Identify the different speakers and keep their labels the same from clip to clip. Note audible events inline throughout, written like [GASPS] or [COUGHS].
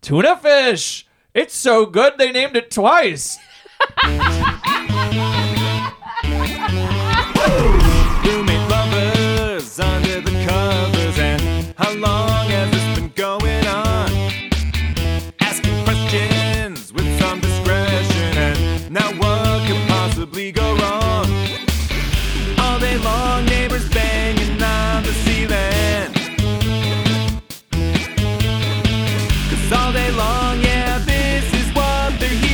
Speaker 1: tuna fish. It's so good they named it twice.
Speaker 2: Roommate lovers under the covers, and how long has this been going on? Asking questions with some discretion, and now what could possibly go wrong? All day long, neighbors banging on the ceiling. 'Cause all day long, yeah, this is what they're hearing.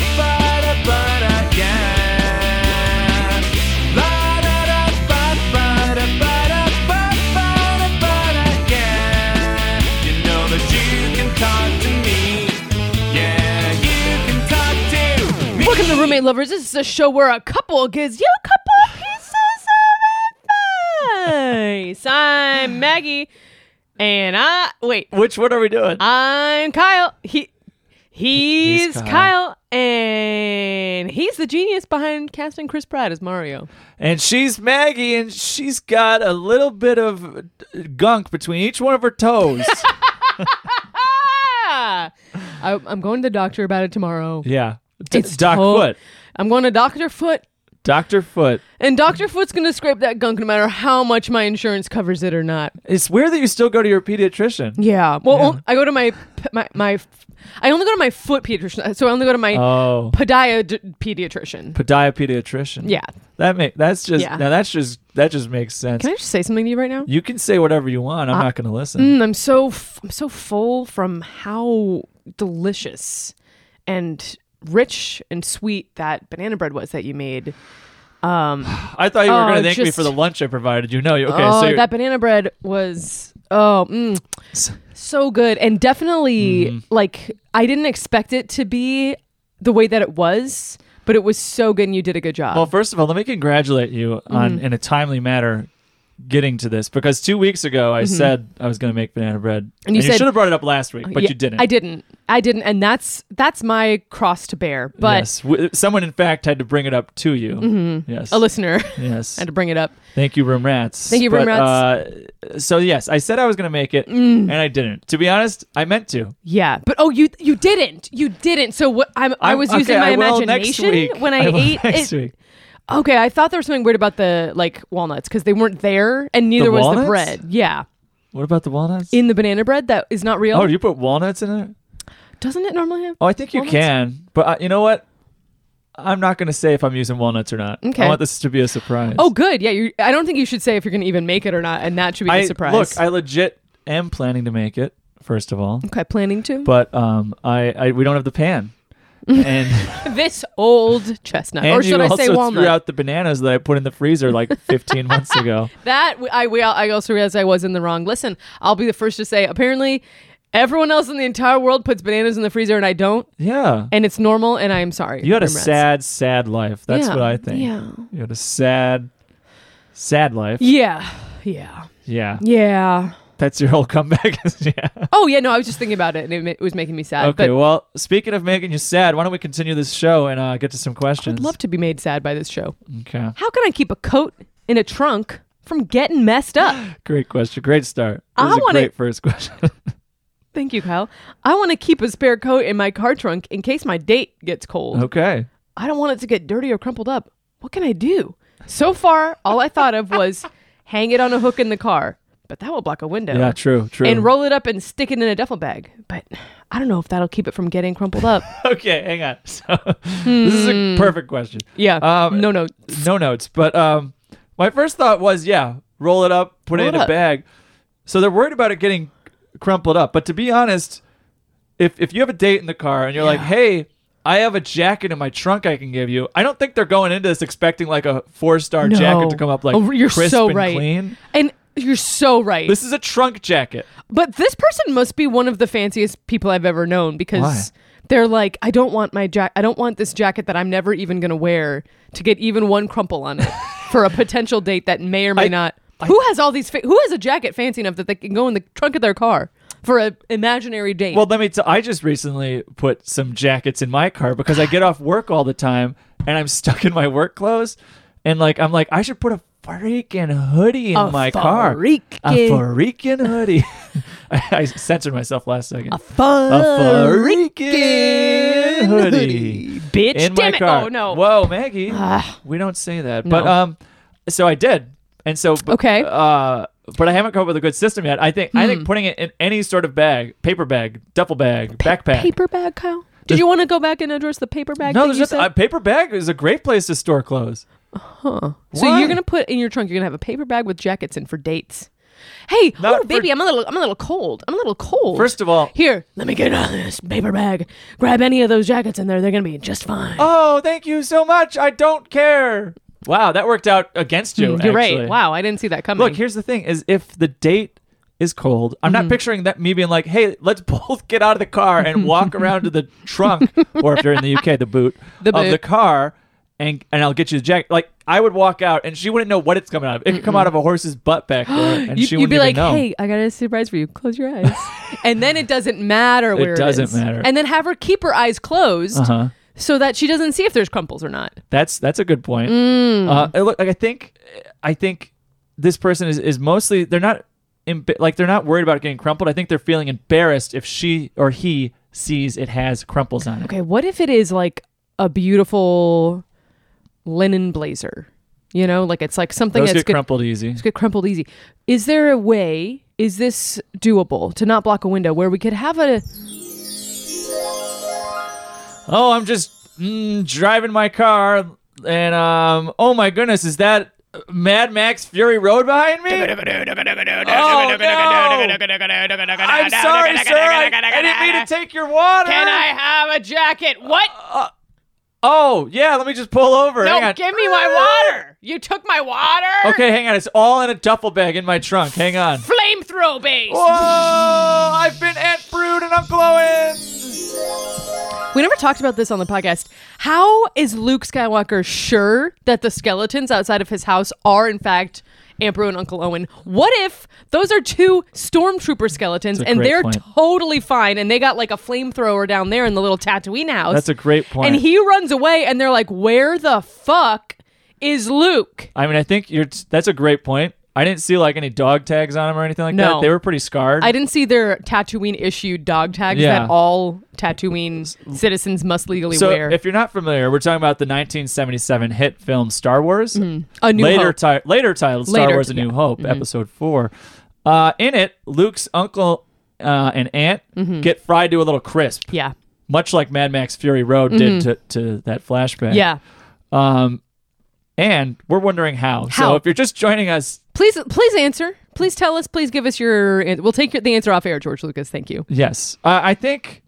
Speaker 2: Ba-da-ba-da-ba-ba-da-ba-da-ba-da-ba-da, yeah. Ba-da-da-ba-ba-da-ba-da-ba-da-ba-da, yeah. You know that you can talk to me. Yeah, you can talk to me.
Speaker 3: Welcome to Roommate Lovers. This is a show where a couple gives you a couple pieces of advice. I'm Maggie, and I wait.
Speaker 1: Which one are we doing?
Speaker 3: I'm Kyle. He
Speaker 1: He's
Speaker 3: he's,
Speaker 1: Kyle.
Speaker 3: Kyle. and he's the genius behind casting Chris Pratt as Mario.
Speaker 1: And she's Maggie, and she's got a little bit of gunk between each one of her
Speaker 3: [LAUGHS]
Speaker 1: toes.
Speaker 3: Ah, I, I'm going to the doctor about it tomorrow.
Speaker 1: yeah. D-
Speaker 3: It's
Speaker 1: Doc
Speaker 3: to-
Speaker 1: Foot.
Speaker 3: I'm going to Doctor Foot,
Speaker 1: Dr. Foot.
Speaker 3: and Doctor Foot's going to scrape that gunk no matter how much my insurance covers it or not.
Speaker 1: It's weird that you still go to your pediatrician.
Speaker 3: Yeah. Well, on- I go to my p- my my. f- I only go to my foot pediatrician, so I only go to my
Speaker 1: Oh.
Speaker 3: podiat pediatrician.
Speaker 1: Podiat pediatrician.
Speaker 3: Yeah.
Speaker 1: That make that's just
Speaker 3: Yeah.
Speaker 1: now that's just that just makes sense.
Speaker 3: Can I just say something to you right now?
Speaker 1: you can say whatever you want. I'm not gonna listen.
Speaker 3: Mm, I'm so f- I'm so full from how delicious and rich and sweet that banana bread was that you made. Um,
Speaker 1: I thought you were
Speaker 3: Oh,
Speaker 1: gonna thank me
Speaker 3: just-
Speaker 1: for the lunch I provided you. No, you okay,
Speaker 3: oh,
Speaker 1: so you're,
Speaker 3: that banana bread was oh mm,
Speaker 1: S-
Speaker 3: so good and definitely
Speaker 1: Mm-hmm.
Speaker 3: like I didn't expect it to be the way that it was, but it was so good and you did a good job.
Speaker 1: Well, first of all, let me congratulate you on
Speaker 3: Mm-hmm.
Speaker 1: in a timely manner getting to this because two weeks ago I said I was going to make banana bread, and
Speaker 3: Mm-hmm. you
Speaker 1: you,
Speaker 3: said-
Speaker 1: should have brought it up last week, but
Speaker 3: Yeah,
Speaker 1: you didn't.
Speaker 3: I didn't. I didn't, and that's that's my cross to bear. But
Speaker 1: yes, W- someone in fact had to bring it up to you. Yes,
Speaker 3: a listener [LAUGHS]
Speaker 1: yes.
Speaker 3: had to bring it up.
Speaker 1: Thank you, Room Rats.
Speaker 3: Thank you, Room Mm.
Speaker 1: But, Uh, so yes, I said I was going to make it, and I didn't. To be honest, I meant to.
Speaker 3: Yeah, but oh, you you didn't. You didn't. So what? I'm, I
Speaker 1: I'm-
Speaker 3: was
Speaker 1: okay,
Speaker 3: using
Speaker 1: I
Speaker 3: my
Speaker 1: will next
Speaker 3: imagination
Speaker 1: week.
Speaker 3: when I,
Speaker 1: will [LAUGHS]
Speaker 3: ate
Speaker 1: next
Speaker 3: it.
Speaker 1: Week.
Speaker 3: Okay, I thought there was something weird about the like walnuts because they weren't there, and neither was
Speaker 1: walnuts?
Speaker 3: the bread. Yeah,
Speaker 1: What about the walnuts?
Speaker 3: in the banana bread that is not real.
Speaker 1: oh, you put walnuts in it?
Speaker 3: Doesn't it normally have?
Speaker 1: Oh, I think you
Speaker 3: Walnuts?
Speaker 1: can, but uh, you know what? I'm not going to say if I'm using walnuts or not. I
Speaker 3: Okay.
Speaker 1: want this to be a surprise.
Speaker 3: Oh, good. Yeah, you I don't think you should say if you're going to even make it or not, and that should be
Speaker 1: I
Speaker 3: a surprise.
Speaker 1: look. I legit am planning to make it. First of all,
Speaker 3: okay, planning to
Speaker 1: but um, I, I we don't have the
Speaker 3: [LAUGHS]
Speaker 1: pan, and
Speaker 3: this old chestnut, or
Speaker 1: and
Speaker 3: should
Speaker 1: you
Speaker 3: I
Speaker 1: also
Speaker 3: say walnut?
Speaker 1: threw out the bananas that I put in the freezer
Speaker 3: [LAUGHS]
Speaker 1: like 15 months ago.
Speaker 3: That w- I we, I also realized I was in the wrong. Listen, I'll be the first to say. Apparently, everyone else in the entire world puts bananas in the freezer, and I don't.
Speaker 1: Yeah,
Speaker 3: And it's normal, and I am sorry.
Speaker 1: you had a
Speaker 3: Grimrats.
Speaker 1: sad, sad life. That's
Speaker 3: Yeah,
Speaker 1: what I think.
Speaker 3: yeah.
Speaker 1: you had a sad, sad life.
Speaker 3: Yeah, yeah,
Speaker 1: Yeah,
Speaker 3: yeah.
Speaker 1: that's your whole comeback. [LAUGHS] is- yeah.
Speaker 3: Oh yeah, no, I was just thinking about it, and it, ma- it was making me sad.
Speaker 1: Okay.
Speaker 3: Uh, but
Speaker 1: well, speaking of making you sad, why don't we continue this show and uh, get to some questions?
Speaker 3: I'd love to be made sad by this show.
Speaker 1: Okay. [LAUGHS]
Speaker 3: How can I keep a coat in a trunk from getting
Speaker 1: [GASPS]
Speaker 3: messed up?
Speaker 1: Great question. Great start. This
Speaker 3: I
Speaker 1: is a
Speaker 3: wanna-
Speaker 1: great first question. [LAUGHS]
Speaker 3: Thank you, Kyle. I want to keep a spare coat in my car trunk in case my date gets cold.
Speaker 1: okay.
Speaker 3: I don't want it to get dirty or crumpled up. What can I do? So far, all I thought
Speaker 1: [LAUGHS]
Speaker 3: of was hang it on a hook in the car, but that will block a window.
Speaker 1: Yeah. True. True.
Speaker 3: And roll it up and stick it in a duffel bag. But I don't know if that'll keep it from getting
Speaker 1: [LAUGHS]
Speaker 3: crumpled up.
Speaker 1: [LAUGHS] okay, hang on. So
Speaker 3: Hmm.
Speaker 1: this is a perfect question.
Speaker 3: Yeah.
Speaker 1: Um,
Speaker 3: no, no.
Speaker 1: No notes, but um, my first thought was, yeah, roll it up, put
Speaker 3: Roll
Speaker 1: it in
Speaker 3: it
Speaker 1: a
Speaker 3: up.
Speaker 1: bag. So they're worried about it getting crumpled up. But to be honest, if if you have a date in the car and you're like, hey. I have a jacket in my trunk I can give you. I don't think they're going into this expecting like a four star
Speaker 3: no.
Speaker 1: jacket to come up like
Speaker 3: Oh, you're
Speaker 1: crisp
Speaker 3: so
Speaker 1: and
Speaker 3: right.
Speaker 1: clean.
Speaker 3: And you're so right.
Speaker 1: This is a trunk jacket.
Speaker 3: but this person must be one of the fanciest people I've ever known because
Speaker 1: Why?
Speaker 3: they're like, I don't want my jacket. I don't want this jacket that I'm never even going to wear to get even one crumple
Speaker 1: [LAUGHS]
Speaker 3: on it for a potential date that may or may
Speaker 1: I-
Speaker 3: not. who has all these? Fa- who has a jacket fancy enough that they can go in the trunk of their car for a imaginary date?
Speaker 1: Well, let me. T- I just recently put some jackets in my car because I get off work all the time and I'm stuck in my work clothes. and like I'm like I should put a freaking hoodie in
Speaker 3: A
Speaker 1: my car. A
Speaker 3: freaking-
Speaker 1: freaking hoodie. [LAUGHS] I, I censored myself last second.
Speaker 3: A freaking
Speaker 1: freaking hoodie.
Speaker 3: Bitch,
Speaker 1: in
Speaker 3: damn
Speaker 1: my
Speaker 3: it.
Speaker 1: car.
Speaker 3: Oh, no.
Speaker 1: Whoa, Maggie.
Speaker 3: Ah.
Speaker 1: we don't say that. But
Speaker 3: No.
Speaker 1: um so I did. And so but,
Speaker 3: Okay. Hmm.
Speaker 1: uh but I haven't come up with a good system yet. I think I think putting it in any sort of bag, paper bag, duffel bag, backpack.
Speaker 3: Paper bag, Kyle? Did you want to go back and address the paper bag
Speaker 1: no,
Speaker 3: thing
Speaker 1: there's
Speaker 3: you
Speaker 1: just,
Speaker 3: said?
Speaker 1: a paper bag is a great place to store clothes.
Speaker 3: so
Speaker 1: Why?
Speaker 3: you're gonna put in your trunk. You're gonna have a paper bag with jackets in for dates. Hey,
Speaker 1: Not
Speaker 3: oh baby,
Speaker 1: for-
Speaker 3: I'm a little, I'm a little cold. I'm a little cold.
Speaker 1: First of all-
Speaker 3: here, let me get out of this paper bag. Grab any of those jackets in there. They're gonna be just fine.
Speaker 1: Oh, thank you so much. I don't care. Wow, that worked out against you.
Speaker 3: Hmm, you're
Speaker 1: actually.
Speaker 3: right. Wow, I didn't see that coming.
Speaker 1: Look, here's the thing: is if the date is cold, I'm
Speaker 3: Mm-hmm.
Speaker 1: not picturing that me being like, "Hey, let's [LAUGHS] both get out of the car and
Speaker 3: [LAUGHS]
Speaker 1: walk around to the trunk, or if you're in the UK, the boot
Speaker 3: The
Speaker 1: of
Speaker 3: boot.
Speaker 1: the car, and and I'll get you the jacket." Like I would walk out, and she wouldn't know what it's coming out of. It could come out of a horse's butt back
Speaker 3: [GASPS]
Speaker 1: there, and
Speaker 3: you,
Speaker 1: she
Speaker 3: would
Speaker 1: wouldn't
Speaker 3: be
Speaker 1: even
Speaker 3: like,
Speaker 1: know.
Speaker 3: "Hey, I got a surprise for you. Close your eyes." and then it doesn't matter where it
Speaker 1: doesn't
Speaker 3: is.
Speaker 1: matter.
Speaker 3: And then have her keep her eyes closed
Speaker 1: Uh-huh.
Speaker 3: so that she doesn't see if there's crumples or not.
Speaker 1: That's that's a good point.
Speaker 3: Mm.
Speaker 1: Uh, and look, like I think, I think this person is, is mostly they're not emb- like they're not worried about getting crumpled. I think they're feeling embarrassed if she or he sees it has crumples on it.
Speaker 3: Okay, what if it is like a beautiful linen blazer? You know, like it's like something
Speaker 1: Those
Speaker 3: that's
Speaker 1: get
Speaker 3: good,
Speaker 1: crumpled easy.
Speaker 3: get crumpled easy. Is there a way? Is this doable to not block a window where we could have a?
Speaker 1: Oh, I'm just mm, driving my car, and um, oh my goodness, is that Mad Max Fury Road behind me? Oh, no. I'm sorry, sir. I, I didn't mean to take your water.
Speaker 3: Can I have a jacket? What?
Speaker 1: Oh, yeah. Let me just pull over. Hang
Speaker 3: No,
Speaker 1: on.
Speaker 3: give me my water. You took my water.
Speaker 1: Okay, hang on. It's all in a duffel bag in my trunk. Hang on.
Speaker 3: Flamethrower base.
Speaker 1: Whoa! I've been at Brood and I'm glowing.
Speaker 3: We never talked about this on the podcast. How is Luke Skywalker sure that the skeletons outside of his house are, in fact, Aunt Beru and Uncle Owen? What if those are two stormtrooper skeletons
Speaker 1: That's a
Speaker 3: and
Speaker 1: great
Speaker 3: they're
Speaker 1: point.
Speaker 3: totally fine and they got like a flamethrower down there in the little Tatooine house?
Speaker 1: That's a great point.
Speaker 3: And he runs away and they're like, where the fuck is Luke?
Speaker 1: I mean, I think you're. That's a great point. I didn't see like any dog tags on him or anything like
Speaker 3: No.
Speaker 1: that. They were pretty scarred.
Speaker 3: I didn't see their Tatooine issued dog tags
Speaker 1: Yeah.
Speaker 3: that all Tatooine citizens must legally
Speaker 1: so,
Speaker 3: wear.
Speaker 1: if you're not familiar, we're talking about the 1977 hit film Star Wars.
Speaker 3: a Mm-hmm. new
Speaker 1: later,
Speaker 3: hope.
Speaker 1: ti- later titled Star
Speaker 3: Later,
Speaker 1: Wars: A New
Speaker 3: yeah. Mm-hmm.
Speaker 1: Hope, Episode Four. Uh, in it, Luke's uncle uh, and aunt
Speaker 3: Mm-hmm.
Speaker 1: get fried to a little crisp,
Speaker 3: yeah.
Speaker 1: much like Mad Max Fury Road did to, to that flashback.
Speaker 3: Mm-hmm. Yeah.
Speaker 1: Um, and we're wondering how.
Speaker 3: How?
Speaker 1: So if you're just joining us,
Speaker 3: Please, please answer. Please tell us. Please give us your. an- We'll take your, the answer off air, George Lucas. Thank you.
Speaker 1: yes, uh, I think,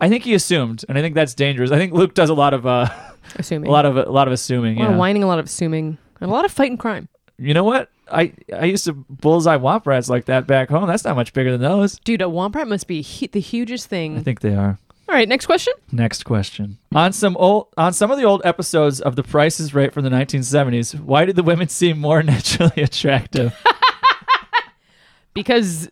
Speaker 1: I think he assumed, and I think that's dangerous. I think Luke does a lot of uh, [LAUGHS]
Speaker 3: Assuming
Speaker 1: a lot of a lot of assuming.
Speaker 3: A lot
Speaker 1: yeah.
Speaker 3: of whining, a lot of assuming, and a lot of fighting crime.
Speaker 1: You know what? I I used to bullseye womp rats like that back home. That's not much bigger than those.
Speaker 3: Dude, a womp rat must be hu- the hugest thing.
Speaker 1: I think they are.
Speaker 3: All right, next question.
Speaker 1: Next question. On some old on some of the old episodes of The Price is Right from the 1970s, why did the women seem more [LAUGHS] naturally attractive?
Speaker 3: Because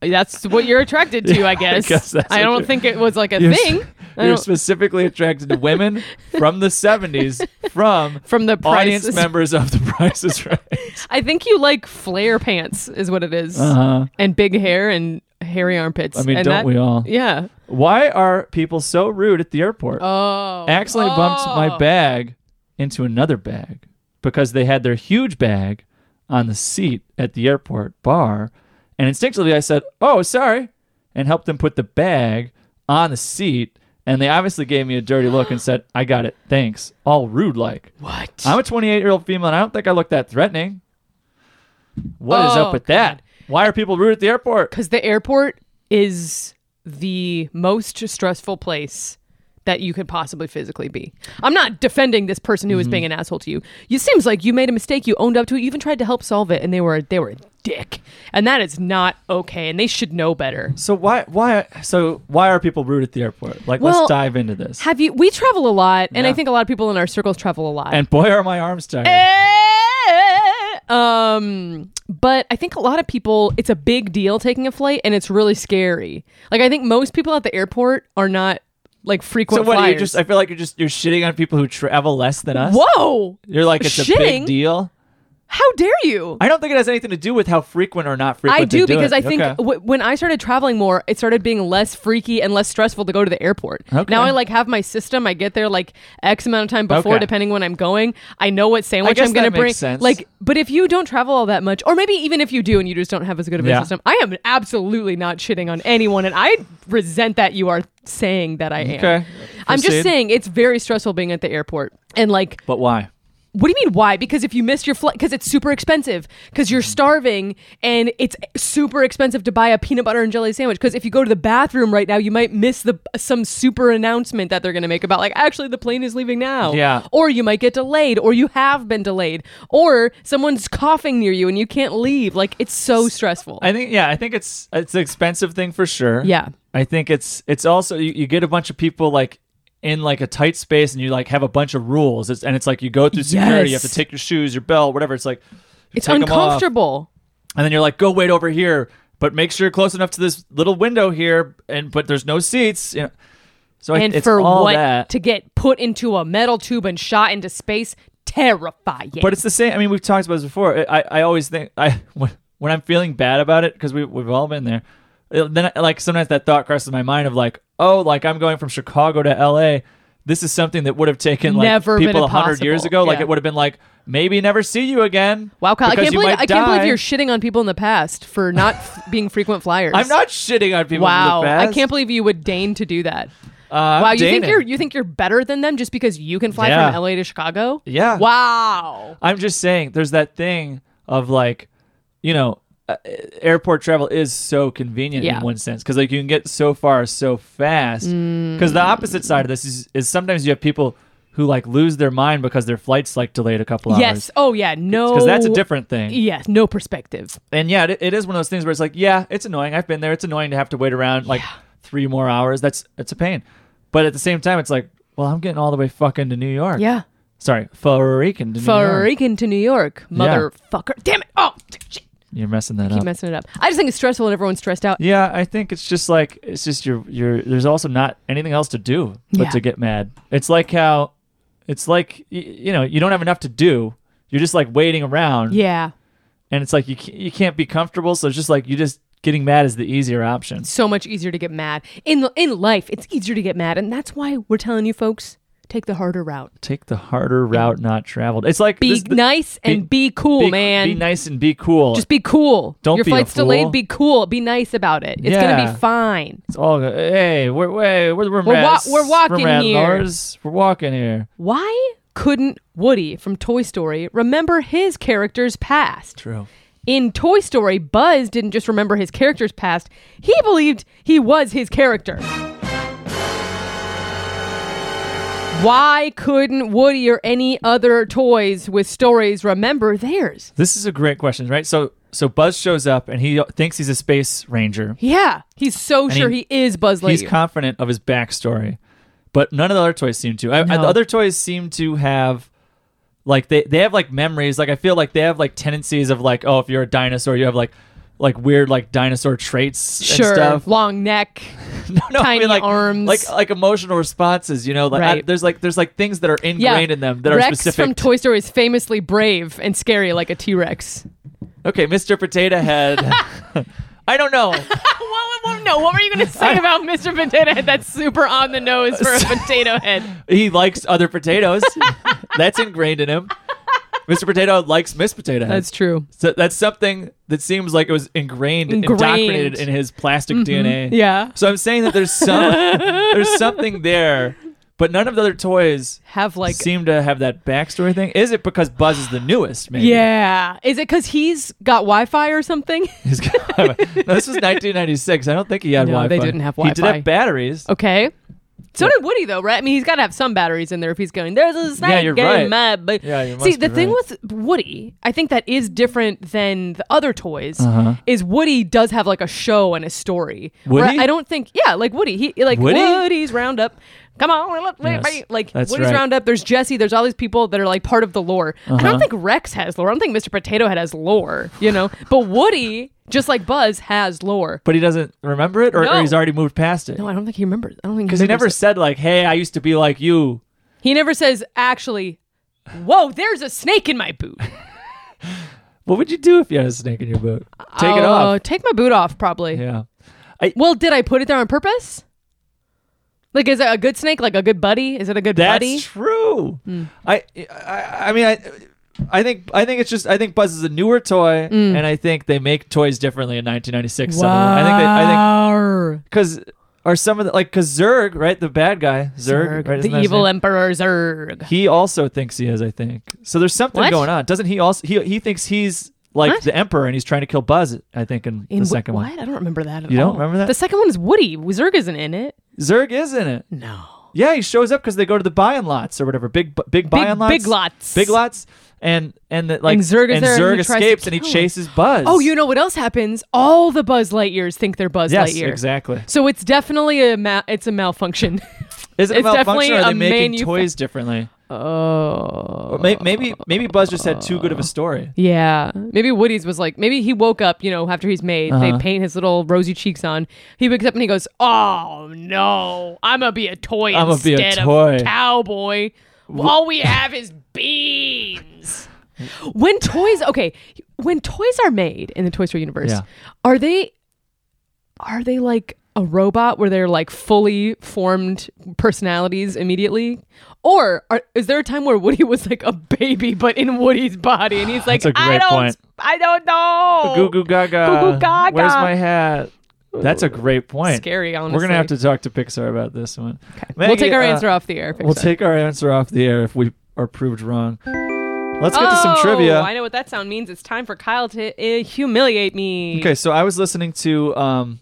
Speaker 3: that's what you're attracted [LAUGHS] to, I guess.
Speaker 1: guess that's what
Speaker 3: don't
Speaker 1: you're-
Speaker 3: think it was like a
Speaker 1: You're s-
Speaker 3: thing. I
Speaker 1: You're
Speaker 3: don't-
Speaker 1: specifically attracted to women from the 70s from
Speaker 3: from the
Speaker 1: audience
Speaker 3: prices.
Speaker 1: members of The Price is Right.
Speaker 3: [LAUGHS] I think you like flare pants, is what it is.
Speaker 1: Uh-huh.
Speaker 3: and big hair and hairy armpits.
Speaker 1: I mean,
Speaker 3: and
Speaker 1: don't
Speaker 3: that-
Speaker 1: we all?
Speaker 3: Yeah.
Speaker 1: Why are people so rude at the airport?
Speaker 3: Oh.
Speaker 1: accidentally bumped my
Speaker 3: Oh.
Speaker 1: bag into another bag because they had their huge bag on the seat at the airport bar. And instinctively, I said, Oh, sorry, and helped them put the bag on the seat. And they obviously gave me a dirty look and said, I got it. Thanks. All rude like.
Speaker 3: What?
Speaker 1: I'm a 28 year old female, and I don't think I look that threatening. What is
Speaker 3: Oh,
Speaker 1: up with that? Why are people rude at the airport?
Speaker 3: Because the airport is the most stressful place that you could possibly physically be. I'm not defending this person who
Speaker 1: Mm-hmm.
Speaker 3: was being an asshole to you. It seems like you made a mistake. You owned up to it. You even tried to help solve it, and they were they were a dick, and that is not okay. And they should know better.
Speaker 1: So why why so why are people rude at the airport? Like
Speaker 3: Well,
Speaker 1: let's dive into this.
Speaker 3: Have you? We travel a lot, and I
Speaker 1: Yeah.
Speaker 3: think a lot of people in our circles travel a lot.
Speaker 1: and boy are my arms tired.
Speaker 3: Eh, um but i think a lot of people it's a big deal taking a flight and it's really scary like i think most people at the airport are not like frequent
Speaker 1: So what?
Speaker 3: flyers.
Speaker 1: You just I feel like you're just you're shitting on people who travel less than us.
Speaker 3: Whoa!
Speaker 1: You're like it's a big
Speaker 3: Shitting?
Speaker 1: deal.
Speaker 3: How dare you?
Speaker 1: I don't think it has anything to do with how frequent or not frequent.
Speaker 3: I
Speaker 1: they
Speaker 3: do because
Speaker 1: it.
Speaker 3: I think
Speaker 1: Okay.
Speaker 3: w- when I started traveling more, it started being less freaky and less stressful to go to the airport.
Speaker 1: Okay.
Speaker 3: Now I like have my system. I get there like X amount of time before,
Speaker 1: Okay.
Speaker 3: depending when I'm going. I know what sandwich
Speaker 1: guess
Speaker 3: I'm going to
Speaker 1: that makes
Speaker 3: bring.
Speaker 1: sense.
Speaker 3: Like, but if you don't travel all that much, or maybe even if you do and you just don't have as good of a
Speaker 1: Yeah.
Speaker 3: system, I am absolutely not shitting on anyone, and I resent that you are saying that I am.
Speaker 1: Okay.
Speaker 3: I'm just
Speaker 1: Proceed.
Speaker 3: saying it's very stressful being at the airport and like
Speaker 1: But why?
Speaker 3: what do you mean why? Because if you miss your flight, because it's super expensive, because you're starving and it's super expensive to buy a peanut butter and jelly sandwich. Because if you go to the bathroom right now, you might miss the some super announcement that they're going to make about like actually the plane is leaving now.
Speaker 1: Yeah.
Speaker 3: Or you might get delayed, or you have been delayed, or someone's coughing near you and you can't leave. Like it's so stressful.
Speaker 1: I think yeah, I think it's it's an expensive thing for sure.
Speaker 3: Yeah.
Speaker 1: I think it's it's also you, you get a bunch of people like in like a tight space and you like have a bunch of rules. It's, and it's like you go through security, you have to
Speaker 3: Yes.
Speaker 1: take your shoes, your belt, whatever. It's like you
Speaker 3: it's
Speaker 1: take 'em off,
Speaker 3: uncomfortable.
Speaker 1: and then you're like, go wait over here, but make sure you're close enough to this little window here, and but there's no seats. You know. So I,
Speaker 3: And
Speaker 1: it's
Speaker 3: for
Speaker 1: all
Speaker 3: what
Speaker 1: that.
Speaker 3: to get put into a metal tube and shot into space, terrifying.
Speaker 1: But it's the same. I mean, we've talked about this before. I, I always think I [LAUGHS] when, when I'm feeling bad about it because we we've all been there. it- Then like sometimes that thought crosses my mind of like, oh, like I'm going from Chicago to L.A. This is something that would have taken like
Speaker 3: Never been
Speaker 1: people a hundred years
Speaker 3: impossible.
Speaker 1: ago. Like
Speaker 3: Yeah.
Speaker 1: it would have been like maybe never see you again.
Speaker 3: Wow, Kyle, I
Speaker 1: because
Speaker 3: can't
Speaker 1: you
Speaker 3: believe
Speaker 1: might
Speaker 3: I
Speaker 1: die.
Speaker 3: can't believe you're shitting on people in the past for
Speaker 1: [LAUGHS]
Speaker 3: not f- being frequent flyers.
Speaker 1: I'm not shitting on people.
Speaker 3: Wow,
Speaker 1: in the past.
Speaker 3: I can't believe you would deign to do that.
Speaker 1: Uh, I'm
Speaker 3: wow, you think
Speaker 1: dating.
Speaker 3: you're you think you're better than them just because you can fly
Speaker 1: Yeah.
Speaker 3: from LA to Chicago?
Speaker 1: Yeah.
Speaker 3: Wow.
Speaker 1: I'm just saying, there's that thing of like, you know, uh, airport travel is so convenient
Speaker 3: Yeah.
Speaker 1: in one sense because like you can get so far so fast.
Speaker 3: Mm.
Speaker 1: Because the opposite side of this is is sometimes you have people who like lose their mind because their flight's like delayed a couple
Speaker 3: Yes.
Speaker 1: hours.
Speaker 3: Oh yeah. No.
Speaker 1: Because that's a different thing.
Speaker 3: Yes. No perspective.
Speaker 1: And yeah, it, it is one of those things where it's like, yeah, it's annoying. I've been there. It's annoying to have to wait around like three more hours. That's it's a pain. But at the same time, it's like, well, I'm getting all the way fucking to New York.
Speaker 3: Yeah.
Speaker 1: Sorry, freaking to New York.
Speaker 3: Freaking to New York, motherfucker. Damn it. Oh shit.
Speaker 1: You're messing that
Speaker 3: Keep
Speaker 1: up.
Speaker 3: messing it up. I just think it's stressful and everyone's stressed out.
Speaker 1: Yeah, I think it's just like it's just your your. There's also not anything else to do but
Speaker 3: Yeah.
Speaker 1: to get mad. It's like how, it's like y- you know you don't have enough to do. You're just like waiting around,
Speaker 3: Yeah.
Speaker 1: and it's like you ca- you can't be comfortable. So it's just like you just getting mad is the easier option.
Speaker 3: so much easier to get mad in in life. It's easier to get mad, and that's why we're telling you folks take the harder route.
Speaker 1: Take the harder route not traveled. It's like
Speaker 3: Be
Speaker 1: this- the-
Speaker 3: nice and be, cool,
Speaker 1: be-
Speaker 3: man.
Speaker 1: Be nice and be cool.
Speaker 3: Just be cool.
Speaker 1: Don't
Speaker 3: Your
Speaker 1: be a
Speaker 3: flight's
Speaker 1: fool.
Speaker 3: delayed. Be cool. Be nice about it. It's gonna
Speaker 1: Yeah.
Speaker 3: be fine.
Speaker 1: it's all good. Hey, we're we're we're we're,
Speaker 3: We're wa-
Speaker 1: mess.
Speaker 3: we're walking
Speaker 1: mad,
Speaker 3: here.
Speaker 1: Lars. We're walking here.
Speaker 3: Why couldn't Woody from Toy Story remember his character's past?
Speaker 1: True.
Speaker 3: In Toy Story, Buzz didn't just remember his character's past. He believed he was his character. Why couldn't Woody or any other toys with stories remember theirs?
Speaker 1: This is a great question, right? So so Buzz shows up and he thinks he's a space ranger.
Speaker 3: Yeah, he's so sure he,
Speaker 1: he-
Speaker 3: is Buzz Lightyear.
Speaker 1: He's confident of his backstory, but none of the other toys seem to. I,
Speaker 3: No.
Speaker 1: the other toys seem to have like they they have like memories. Like I feel like they have like tendencies of like oh if you're a dinosaur you have like like weird like dinosaur traits
Speaker 3: sure,
Speaker 1: and stuff.
Speaker 3: long neck.
Speaker 1: [LAUGHS] No, no,
Speaker 3: tiny
Speaker 1: like,
Speaker 3: arms.
Speaker 1: like like emotional responses. You know, like I-
Speaker 3: Right.
Speaker 1: there's like there's like things that are ingrained
Speaker 3: Yeah,
Speaker 1: in them that are
Speaker 3: Rex
Speaker 1: specific.
Speaker 3: from Toy Story is famously brave and scary like a T Rex.
Speaker 1: [LAUGHS] okay, Mr. Potato
Speaker 3: [LAUGHS]
Speaker 1: Head. [LAUGHS] I don't know.
Speaker 3: what, what, no, what were
Speaker 1: [LAUGHS]
Speaker 3: you going to say about Mr. Potato Head? That's super on the nose for a potato head.
Speaker 1: he likes other
Speaker 3: [LAUGHS]
Speaker 1: potatoes. that's ingrained in him. Mr. Potato likes Miss Potato Head.
Speaker 3: That's true.
Speaker 1: So that's something that seems like it was ingrained,
Speaker 3: Ingrained. Mm-hmm.
Speaker 1: indoctrinated in his plastic DNA.
Speaker 3: Yeah.
Speaker 1: So I'm saying that there's
Speaker 3: [LAUGHS]
Speaker 1: some there's something there, but none of the other toys
Speaker 3: Have like.
Speaker 1: seem to have that backstory thing. Is it because Buzz is the newest? Maybe.
Speaker 3: yeah. Is it because he's got Wi Fi or something?
Speaker 1: [LAUGHS]
Speaker 3: [LAUGHS]
Speaker 1: He's got- no, this was 1996. I don't think he had
Speaker 3: No,
Speaker 1: Wi-Fi.
Speaker 3: they didn't have
Speaker 1: He did
Speaker 3: Wi-Fi.
Speaker 1: have batteries.
Speaker 3: Okay. So did Woody, though, right? I mean, he's got to have some batteries in there if he's going, there's a snake
Speaker 1: you're
Speaker 3: in
Speaker 1: right.
Speaker 3: my ba-"
Speaker 1: Yeah, you
Speaker 3: See,
Speaker 1: must
Speaker 3: the
Speaker 1: be
Speaker 3: thing
Speaker 1: right.
Speaker 3: with Woody, I think that is different than the other toys,
Speaker 1: Uh-huh.
Speaker 3: is Woody does have like a show and a story. Where
Speaker 1: Woody?
Speaker 3: I don't think, yeah, like Woody. He Like
Speaker 1: Woody?
Speaker 3: Woody's Roundup. Come on, let me-
Speaker 1: Yes,
Speaker 3: like
Speaker 1: that's
Speaker 3: Woody's
Speaker 1: right.
Speaker 3: Roundup. There's Jesse. There's all these people that are like
Speaker 1: Uh-huh.
Speaker 3: part of the lore. I don't think Rex has lore. I don't think Mr. Potato Head has lore, you know? But Woody Just like Buzz has lore.
Speaker 1: But he doesn't remember it, or, or
Speaker 3: No.
Speaker 1: he's already moved past it.
Speaker 3: No, I don't think he remembers. I don't think
Speaker 1: Because he never
Speaker 3: remembers it.
Speaker 1: said like, "Hey, I used to be like you."
Speaker 3: he never says actually. Whoa, there's a snake in my
Speaker 1: [LAUGHS]
Speaker 3: boot.
Speaker 1: What would you do if you had a snake in your boot? Take it
Speaker 3: Oh,
Speaker 1: off.
Speaker 3: Take my boot off, probably.
Speaker 1: Yeah.
Speaker 3: Well, did I put it there on purpose? Like, is it a good snake? Like a good buddy? Is it a good
Speaker 1: That's
Speaker 3: buddy? Hmm.
Speaker 1: true. I, I I mean I I think I think it's just I think Buzz is a newer toy,
Speaker 3: Hmm.
Speaker 1: and I think they make toys differently in 1996. Some of them. I think they, I think
Speaker 3: Arr.
Speaker 1: because are some of the like because Zurg right the bad guy Zurg, right, isn't that
Speaker 3: the
Speaker 1: his
Speaker 3: evil
Speaker 1: name?
Speaker 3: emperor Zerg.
Speaker 1: he also thinks he is I think so. There's something
Speaker 3: What?
Speaker 1: going on, doesn't he? Also he he thinks he's like
Speaker 3: What?
Speaker 1: the emperor and he's trying to kill Buzz. I think in,
Speaker 3: In
Speaker 1: the
Speaker 3: wh-
Speaker 1: second
Speaker 3: what?
Speaker 1: one.
Speaker 3: I don't remember that at
Speaker 1: You don't
Speaker 3: all.
Speaker 1: remember that?
Speaker 3: The second one is Woody. Zerg isn't in it.
Speaker 1: Zurg is in it.
Speaker 3: No.
Speaker 1: Yeah, he shows up because they go to the buy-in lots or whatever. Big big buy-in lots.
Speaker 3: big lots.
Speaker 1: Big lots. And and the, like
Speaker 3: And Zurg is there
Speaker 1: Zurg
Speaker 3: and he tries to
Speaker 1: escapes and he
Speaker 3: kill him.
Speaker 1: chases Buzz.
Speaker 3: Oh, you know what else happens? All the Buzz Lightyears think they're Buzz
Speaker 1: Yes,
Speaker 3: Lightyear.
Speaker 1: exactly.
Speaker 3: So it's definitely a ma- it's a malfunction. [LAUGHS]
Speaker 1: Is it a
Speaker 3: It's
Speaker 1: malfunction?
Speaker 3: definitely
Speaker 1: Or are they
Speaker 3: a
Speaker 1: making
Speaker 3: manu-
Speaker 1: toys differently?
Speaker 3: oh.
Speaker 1: Or may- maybe maybe Buzz just had too good of a story.
Speaker 3: Yeah, maybe Woody's was like maybe he woke up, you know, after he's made
Speaker 1: Uh-huh.
Speaker 3: they paint his little rosy cheeks on. He wakes up and he goes, "Oh no, I'm gonna be a toy
Speaker 1: I'ma be a
Speaker 3: instead
Speaker 1: toy."
Speaker 3: of cowboy. All we have is beans." when toys, okay, when toys are made in the Toy Story universe,
Speaker 1: Yeah.
Speaker 3: are they are they like a robot where they're like fully formed personalities immediately? Or are, is there a time where Woody was like a baby but in Woody's body and he's like,
Speaker 1: That's a
Speaker 3: I
Speaker 1: great
Speaker 3: don't,
Speaker 1: point.
Speaker 3: I don't know.
Speaker 1: Goo goo gaga.
Speaker 3: Goo goo gaga.
Speaker 1: Where's my hat? That's a great point.
Speaker 3: Scary,
Speaker 1: We're gonna have to
Speaker 3: honestly.
Speaker 1: talk to Pixar about this one.
Speaker 3: We'll take our
Speaker 1: Maggie, uh,
Speaker 3: answer off the air.
Speaker 1: We'll
Speaker 3: Pixar.
Speaker 1: take our answer off the air if we are proved wrong. Let's get to some
Speaker 3: Oh,
Speaker 1: trivia.
Speaker 3: I know what that sound means. It's time for Kyle to uh, humiliate me.
Speaker 1: Okay, so I was listening to um,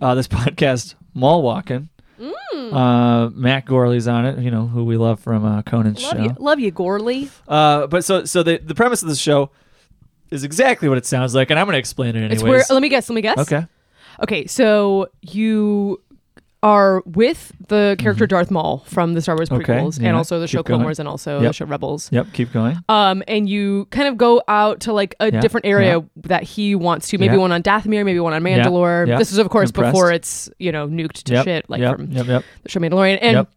Speaker 1: uh, this [LAUGHS] podcast, Mall Walking.
Speaker 3: Mm.
Speaker 1: Uh, Matt Gorley's on it, you know, who we love from uh, Conan's
Speaker 3: Love
Speaker 1: show.
Speaker 3: you, love you, Gorley.
Speaker 1: Uh, but so, so the, the premise of the show is exactly what it sounds like, and I'm going to explain it anyways.
Speaker 3: It's where. Let me guess. Let me guess.
Speaker 1: okay.
Speaker 3: Okay, so you are with the character Darth Maul from the Star Wars
Speaker 1: Mm-hmm. Okay,
Speaker 3: prequels,
Speaker 1: yeah,
Speaker 3: and also the
Speaker 1: keep
Speaker 3: show Clone
Speaker 1: going.
Speaker 3: Wars, and also
Speaker 1: Yep.
Speaker 3: the show Rebels.
Speaker 1: Yep. Keep going.
Speaker 3: Um, and you kind of go out to like a
Speaker 1: Yeah,
Speaker 3: different area that he wants to. Maybe
Speaker 1: Yeah.
Speaker 3: one on Dathomir, maybe one on
Speaker 1: Yeah,
Speaker 3: Mandalore.
Speaker 1: yeah.
Speaker 3: This is of course
Speaker 1: Impressed.
Speaker 3: before it's you know nuked to
Speaker 1: yep.
Speaker 3: shit like
Speaker 1: yep.
Speaker 3: from
Speaker 1: Yep. Yep.
Speaker 3: the show Mandalorian, and
Speaker 1: Yep.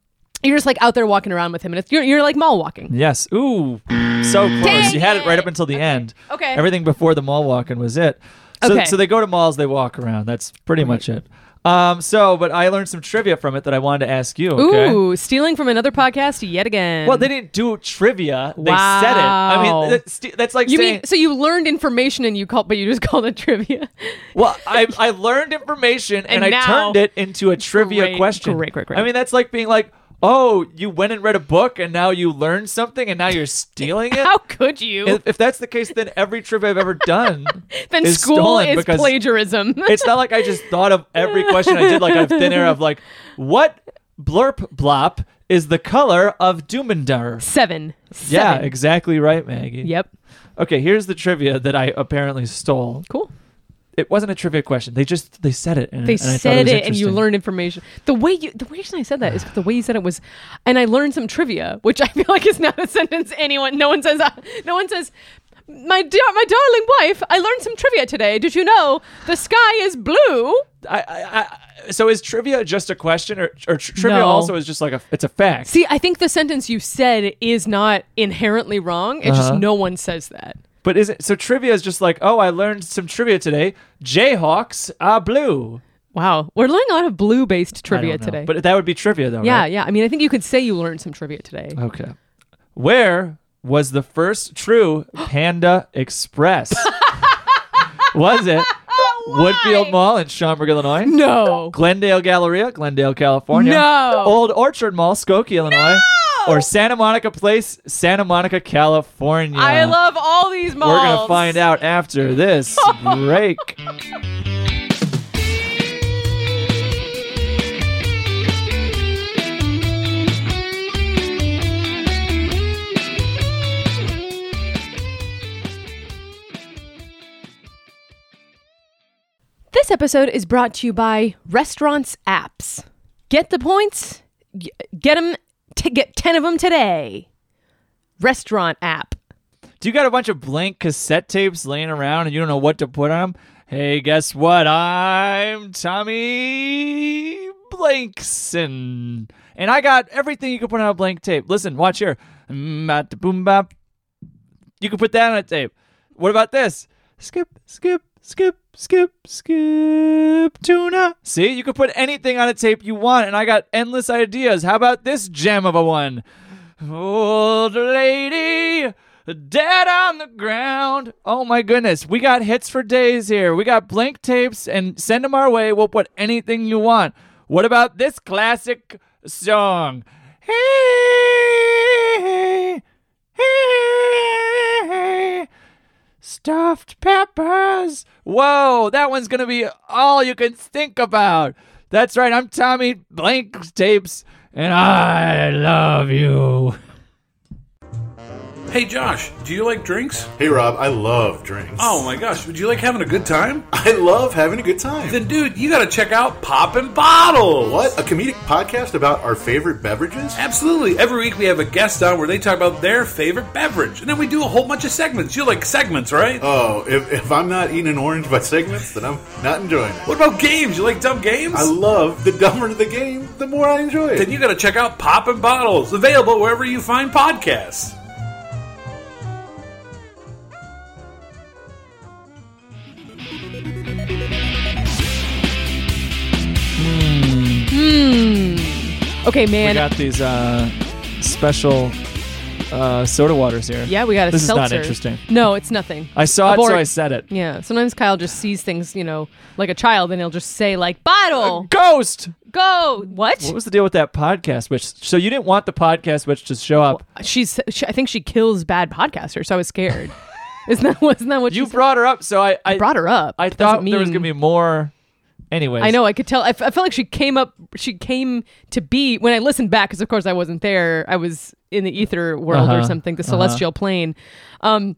Speaker 3: you're just like out there walking around with him, and it's you're, you're like Maul walking.
Speaker 1: Yes. Ooh, so close.
Speaker 3: Dang
Speaker 1: you had it right
Speaker 3: it.
Speaker 1: up until the end.
Speaker 3: Okay.
Speaker 1: Everything before the mall walking was it. So,
Speaker 3: Okay.
Speaker 1: so they go to malls, they walk around. That's pretty much it. Um, so, but I learned some trivia from it that I wanted to ask you. Okay.
Speaker 3: Ooh, stealing from another podcast yet again.
Speaker 1: Well, they didn't do trivia. They said it. I
Speaker 3: Wow.
Speaker 1: mean, that's, that's like
Speaker 3: you
Speaker 1: saying.
Speaker 3: mean so you learned information and you called, but you just [LAUGHS] called it trivia.
Speaker 1: well,
Speaker 3: [LAUGHS]
Speaker 1: I, I learned information and,
Speaker 3: And
Speaker 1: I
Speaker 3: now-
Speaker 1: turned it into a trivia
Speaker 3: Great,
Speaker 1: question.
Speaker 3: great, great, great.
Speaker 1: I mean, that's like being like, oh, you went and read a book and now you learned something and now you're stealing it.
Speaker 3: [LAUGHS] How could you?
Speaker 1: if, if that's the case, then every trivia I've ever done
Speaker 3: [LAUGHS] then
Speaker 1: is
Speaker 3: school
Speaker 1: stolen
Speaker 3: is
Speaker 1: because
Speaker 3: [LAUGHS] plagiarism.
Speaker 1: it's not like I just thought of every question I did like out of thin air of like what blurp blop is the color of Doomendar?
Speaker 3: Seven.
Speaker 1: Yeah,
Speaker 3: Seven.
Speaker 1: exactly right, Maggie.
Speaker 3: Yep.
Speaker 1: Okay, here's the trivia that I apparently stole.
Speaker 3: Cool.
Speaker 1: It wasn't a trivia question. They just they said it. And,
Speaker 3: They
Speaker 1: and I thought
Speaker 3: said
Speaker 1: was
Speaker 3: it, and you
Speaker 1: interesting.
Speaker 3: learn information. The way you, the reason I said that is the way you said it was, and I learned some trivia, which I [LAUGHS] feel like is not a sentence anyone. No one says. Uh, no one says. My dear, my darling wife, I learned some trivia today. Did you know the sky is blue?
Speaker 1: I, I, I, so is trivia just a question, or, or tr- trivia
Speaker 3: No.
Speaker 1: also is just like a it's a fact?
Speaker 3: See, I think the sentence you said is not inherently wrong. It's
Speaker 1: Uh-huh.
Speaker 3: just no one says that.
Speaker 1: but is it so? Trivia is just like oh, I learned some trivia today. Jayhawks are blue.
Speaker 3: Wow, we're learning a lot of
Speaker 1: I
Speaker 3: blue-based
Speaker 1: don't
Speaker 3: trivia
Speaker 1: know.
Speaker 3: today.
Speaker 1: But that would be trivia though.
Speaker 3: yeah,
Speaker 1: right?
Speaker 3: yeah. I mean, I think you could say you learned some trivia today.
Speaker 1: Okay. Where was the first
Speaker 3: [GASPS]
Speaker 1: true Panda Express?
Speaker 3: [LAUGHS]
Speaker 1: was it Woodfield Mall in Schaumburg, Illinois?
Speaker 3: No.
Speaker 1: Glendale Galleria, Glendale, California.
Speaker 3: No.
Speaker 1: Old Orchard Mall, Skokie, Illinois. Or Santa Monica Place, Santa Monica, California.
Speaker 3: I love all these malls.
Speaker 1: We're going to find out after
Speaker 3: [LAUGHS]
Speaker 1: this break.
Speaker 3: This episode is brought to you by Restaurants Apps. Get the points, g- get them, t- get 10 of them today. Restaurant app.
Speaker 1: Do you got a bunch of blank cassette tapes laying around and you don't know what to put on them? Hey, guess what? I'm Tommy Blankson. And I got everything you can put on a blank tape. Listen, watch here. Mm, bop, da, boom bop. You can put that on a tape. What about this? Skip, skip, skip, skip, skip, tuna. See, you can put anything on a tape you want, and I got endless ideas. How about this gem of a one? Old lady, dead on the ground. Oh my goodness, we got hits for days here. We got blank tapes, and send them our way. We'll put anything you want. What about this classic song? Hey, hey, Stuffed peppers. Whoa, that one's gonna be all you can think about. That's right, I'm Tommy Blank Tapes, and I love you.
Speaker 4: Hey Josh, do you like drinks?
Speaker 5: Hey Rob, I love drinks.
Speaker 4: Oh my gosh, would you like having a good time?
Speaker 5: I love having a good time.
Speaker 4: Then dude, you gotta check out Poppin' Bottles!
Speaker 5: what? A comedic podcast about our favorite beverages?
Speaker 4: Absolutely. Every week we have a guest on where they talk about their favorite beverage. And then we do a whole bunch of segments. You like segments, right?
Speaker 5: Oh, if, if I'm not eating an orange by segments, then I'm not enjoying it.
Speaker 4: what about games? You like dumb games?
Speaker 5: I love the dumber the game, the more I enjoy it.
Speaker 4: then you gotta check out Poppin' Bottles, available wherever you find podcasts.
Speaker 3: Okay,
Speaker 1: We
Speaker 3: man.
Speaker 1: got these uh, special uh, soda waters here.
Speaker 3: yeah, we got a
Speaker 1: This is not
Speaker 3: seltzer.
Speaker 1: interesting.
Speaker 3: No, it's nothing.
Speaker 1: I saw it, so
Speaker 3: Abort.
Speaker 1: I said it.
Speaker 3: yeah, sometimes Kyle just sees things, you know, like a child, and he'll just say like "bottle,
Speaker 1: Ghost.
Speaker 3: go." What?
Speaker 1: Uh, What was the deal with that podcast? Which so you didn't want the podcast which to show up.
Speaker 3: She's. She, I think she kills bad podcasters, so I was scared. isn't that [LAUGHS] wasn't that what
Speaker 1: You
Speaker 3: she said?
Speaker 1: brought her up, so I I,
Speaker 3: brought her up?
Speaker 1: I
Speaker 3: Doesn't
Speaker 1: thought there was
Speaker 3: mean-
Speaker 1: gonna be more. Anyways,
Speaker 3: I know. I could tell. I, f- I felt like she came up. She came to be when I listened back because, of course, I wasn't there. I was in the ether world or
Speaker 1: Uh-huh,
Speaker 3: something, the celestial plane. Um,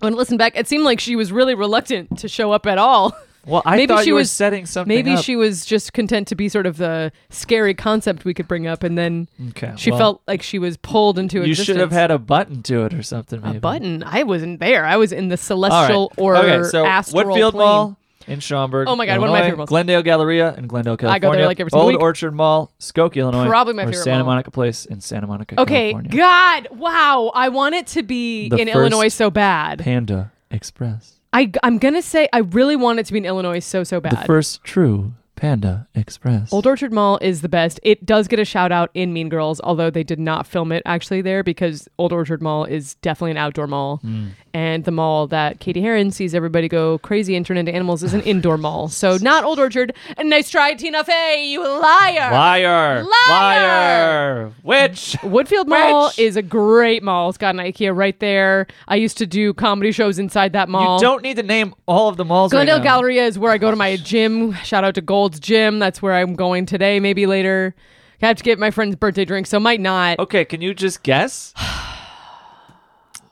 Speaker 3: when I listened back, it seemed like she was really reluctant to show up at all.
Speaker 1: Well, I
Speaker 3: maybe
Speaker 1: thought
Speaker 3: she
Speaker 1: you were
Speaker 3: was
Speaker 1: setting something.
Speaker 3: Maybe
Speaker 1: up.
Speaker 3: she was just content to be sort of the scary concept we could bring up, and then
Speaker 1: Okay,
Speaker 3: she
Speaker 1: well,
Speaker 3: felt like she was pulled into
Speaker 1: You
Speaker 3: existence.
Speaker 1: should have had a button to it or something.
Speaker 3: a
Speaker 1: maybe.
Speaker 3: button. I wasn't there. I was in the
Speaker 1: All right.
Speaker 3: celestial or
Speaker 1: okay, so
Speaker 3: astral
Speaker 1: Woodfield
Speaker 3: plane.
Speaker 1: Mall in Schaumburg.
Speaker 3: Oh my God,
Speaker 1: Illinois,
Speaker 3: one of my favorite malls.
Speaker 1: Glendale Galleria in Glendale, California.
Speaker 3: I go there, like, every single
Speaker 1: Old
Speaker 3: week.
Speaker 1: Orchard Mall, Skokie, Illinois.
Speaker 3: Probably my
Speaker 1: or
Speaker 3: favorite
Speaker 1: Santa
Speaker 3: mall.
Speaker 1: Monica Place in Santa Monica,
Speaker 3: Okay,
Speaker 1: California.
Speaker 3: God, wow! I want it to be
Speaker 1: The
Speaker 3: in
Speaker 1: first
Speaker 3: Illinois so bad.
Speaker 1: Panda Express.
Speaker 3: I I'm gonna say I really want it to be in Illinois so so
Speaker 1: The
Speaker 3: bad.
Speaker 1: first true Panda Express.
Speaker 3: Old Orchard Mall is the best. It does get a shout out in Mean Girls, although they did not film it actually there because Old Orchard Mall is definitely an outdoor mall,
Speaker 1: Hmm.
Speaker 3: and the mall that Katie Heron sees everybody go crazy and turn into animals is an indoor mall. So
Speaker 1: [LAUGHS]
Speaker 3: not Old Orchard. And nice try, Tina Fey, you liar.
Speaker 1: Liar.
Speaker 3: Liar!
Speaker 1: Liar. Witch.
Speaker 3: Woodfield Mall
Speaker 1: Rich.
Speaker 3: is a great mall. It's got an IKEA right there. I used to do comedy shows inside that mall.
Speaker 1: You don't need to name all of the malls.
Speaker 3: Glendale
Speaker 1: right now.
Speaker 3: Galleria is where I go to my gym. Shout out to Gold's Gym. That's where I'm going today, maybe later. I have to get my friend's birthday drink, so might not.
Speaker 1: Okay, can you just
Speaker 3: [SIGHS]
Speaker 1: guess?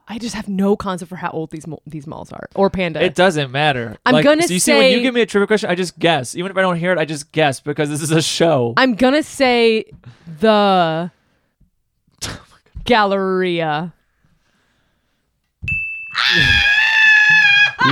Speaker 3: I just have no concept for how old these mo- these malls are or Panda.
Speaker 1: It doesn't matter.
Speaker 3: I'm
Speaker 1: Like,
Speaker 3: gonna
Speaker 1: so you see when you
Speaker 3: say-
Speaker 1: give me a trivia question, I just guess. Even if I don't hear it, I just guess because this is a show.
Speaker 3: I'm gonna say
Speaker 1: [LAUGHS] Oh
Speaker 3: the Galleria.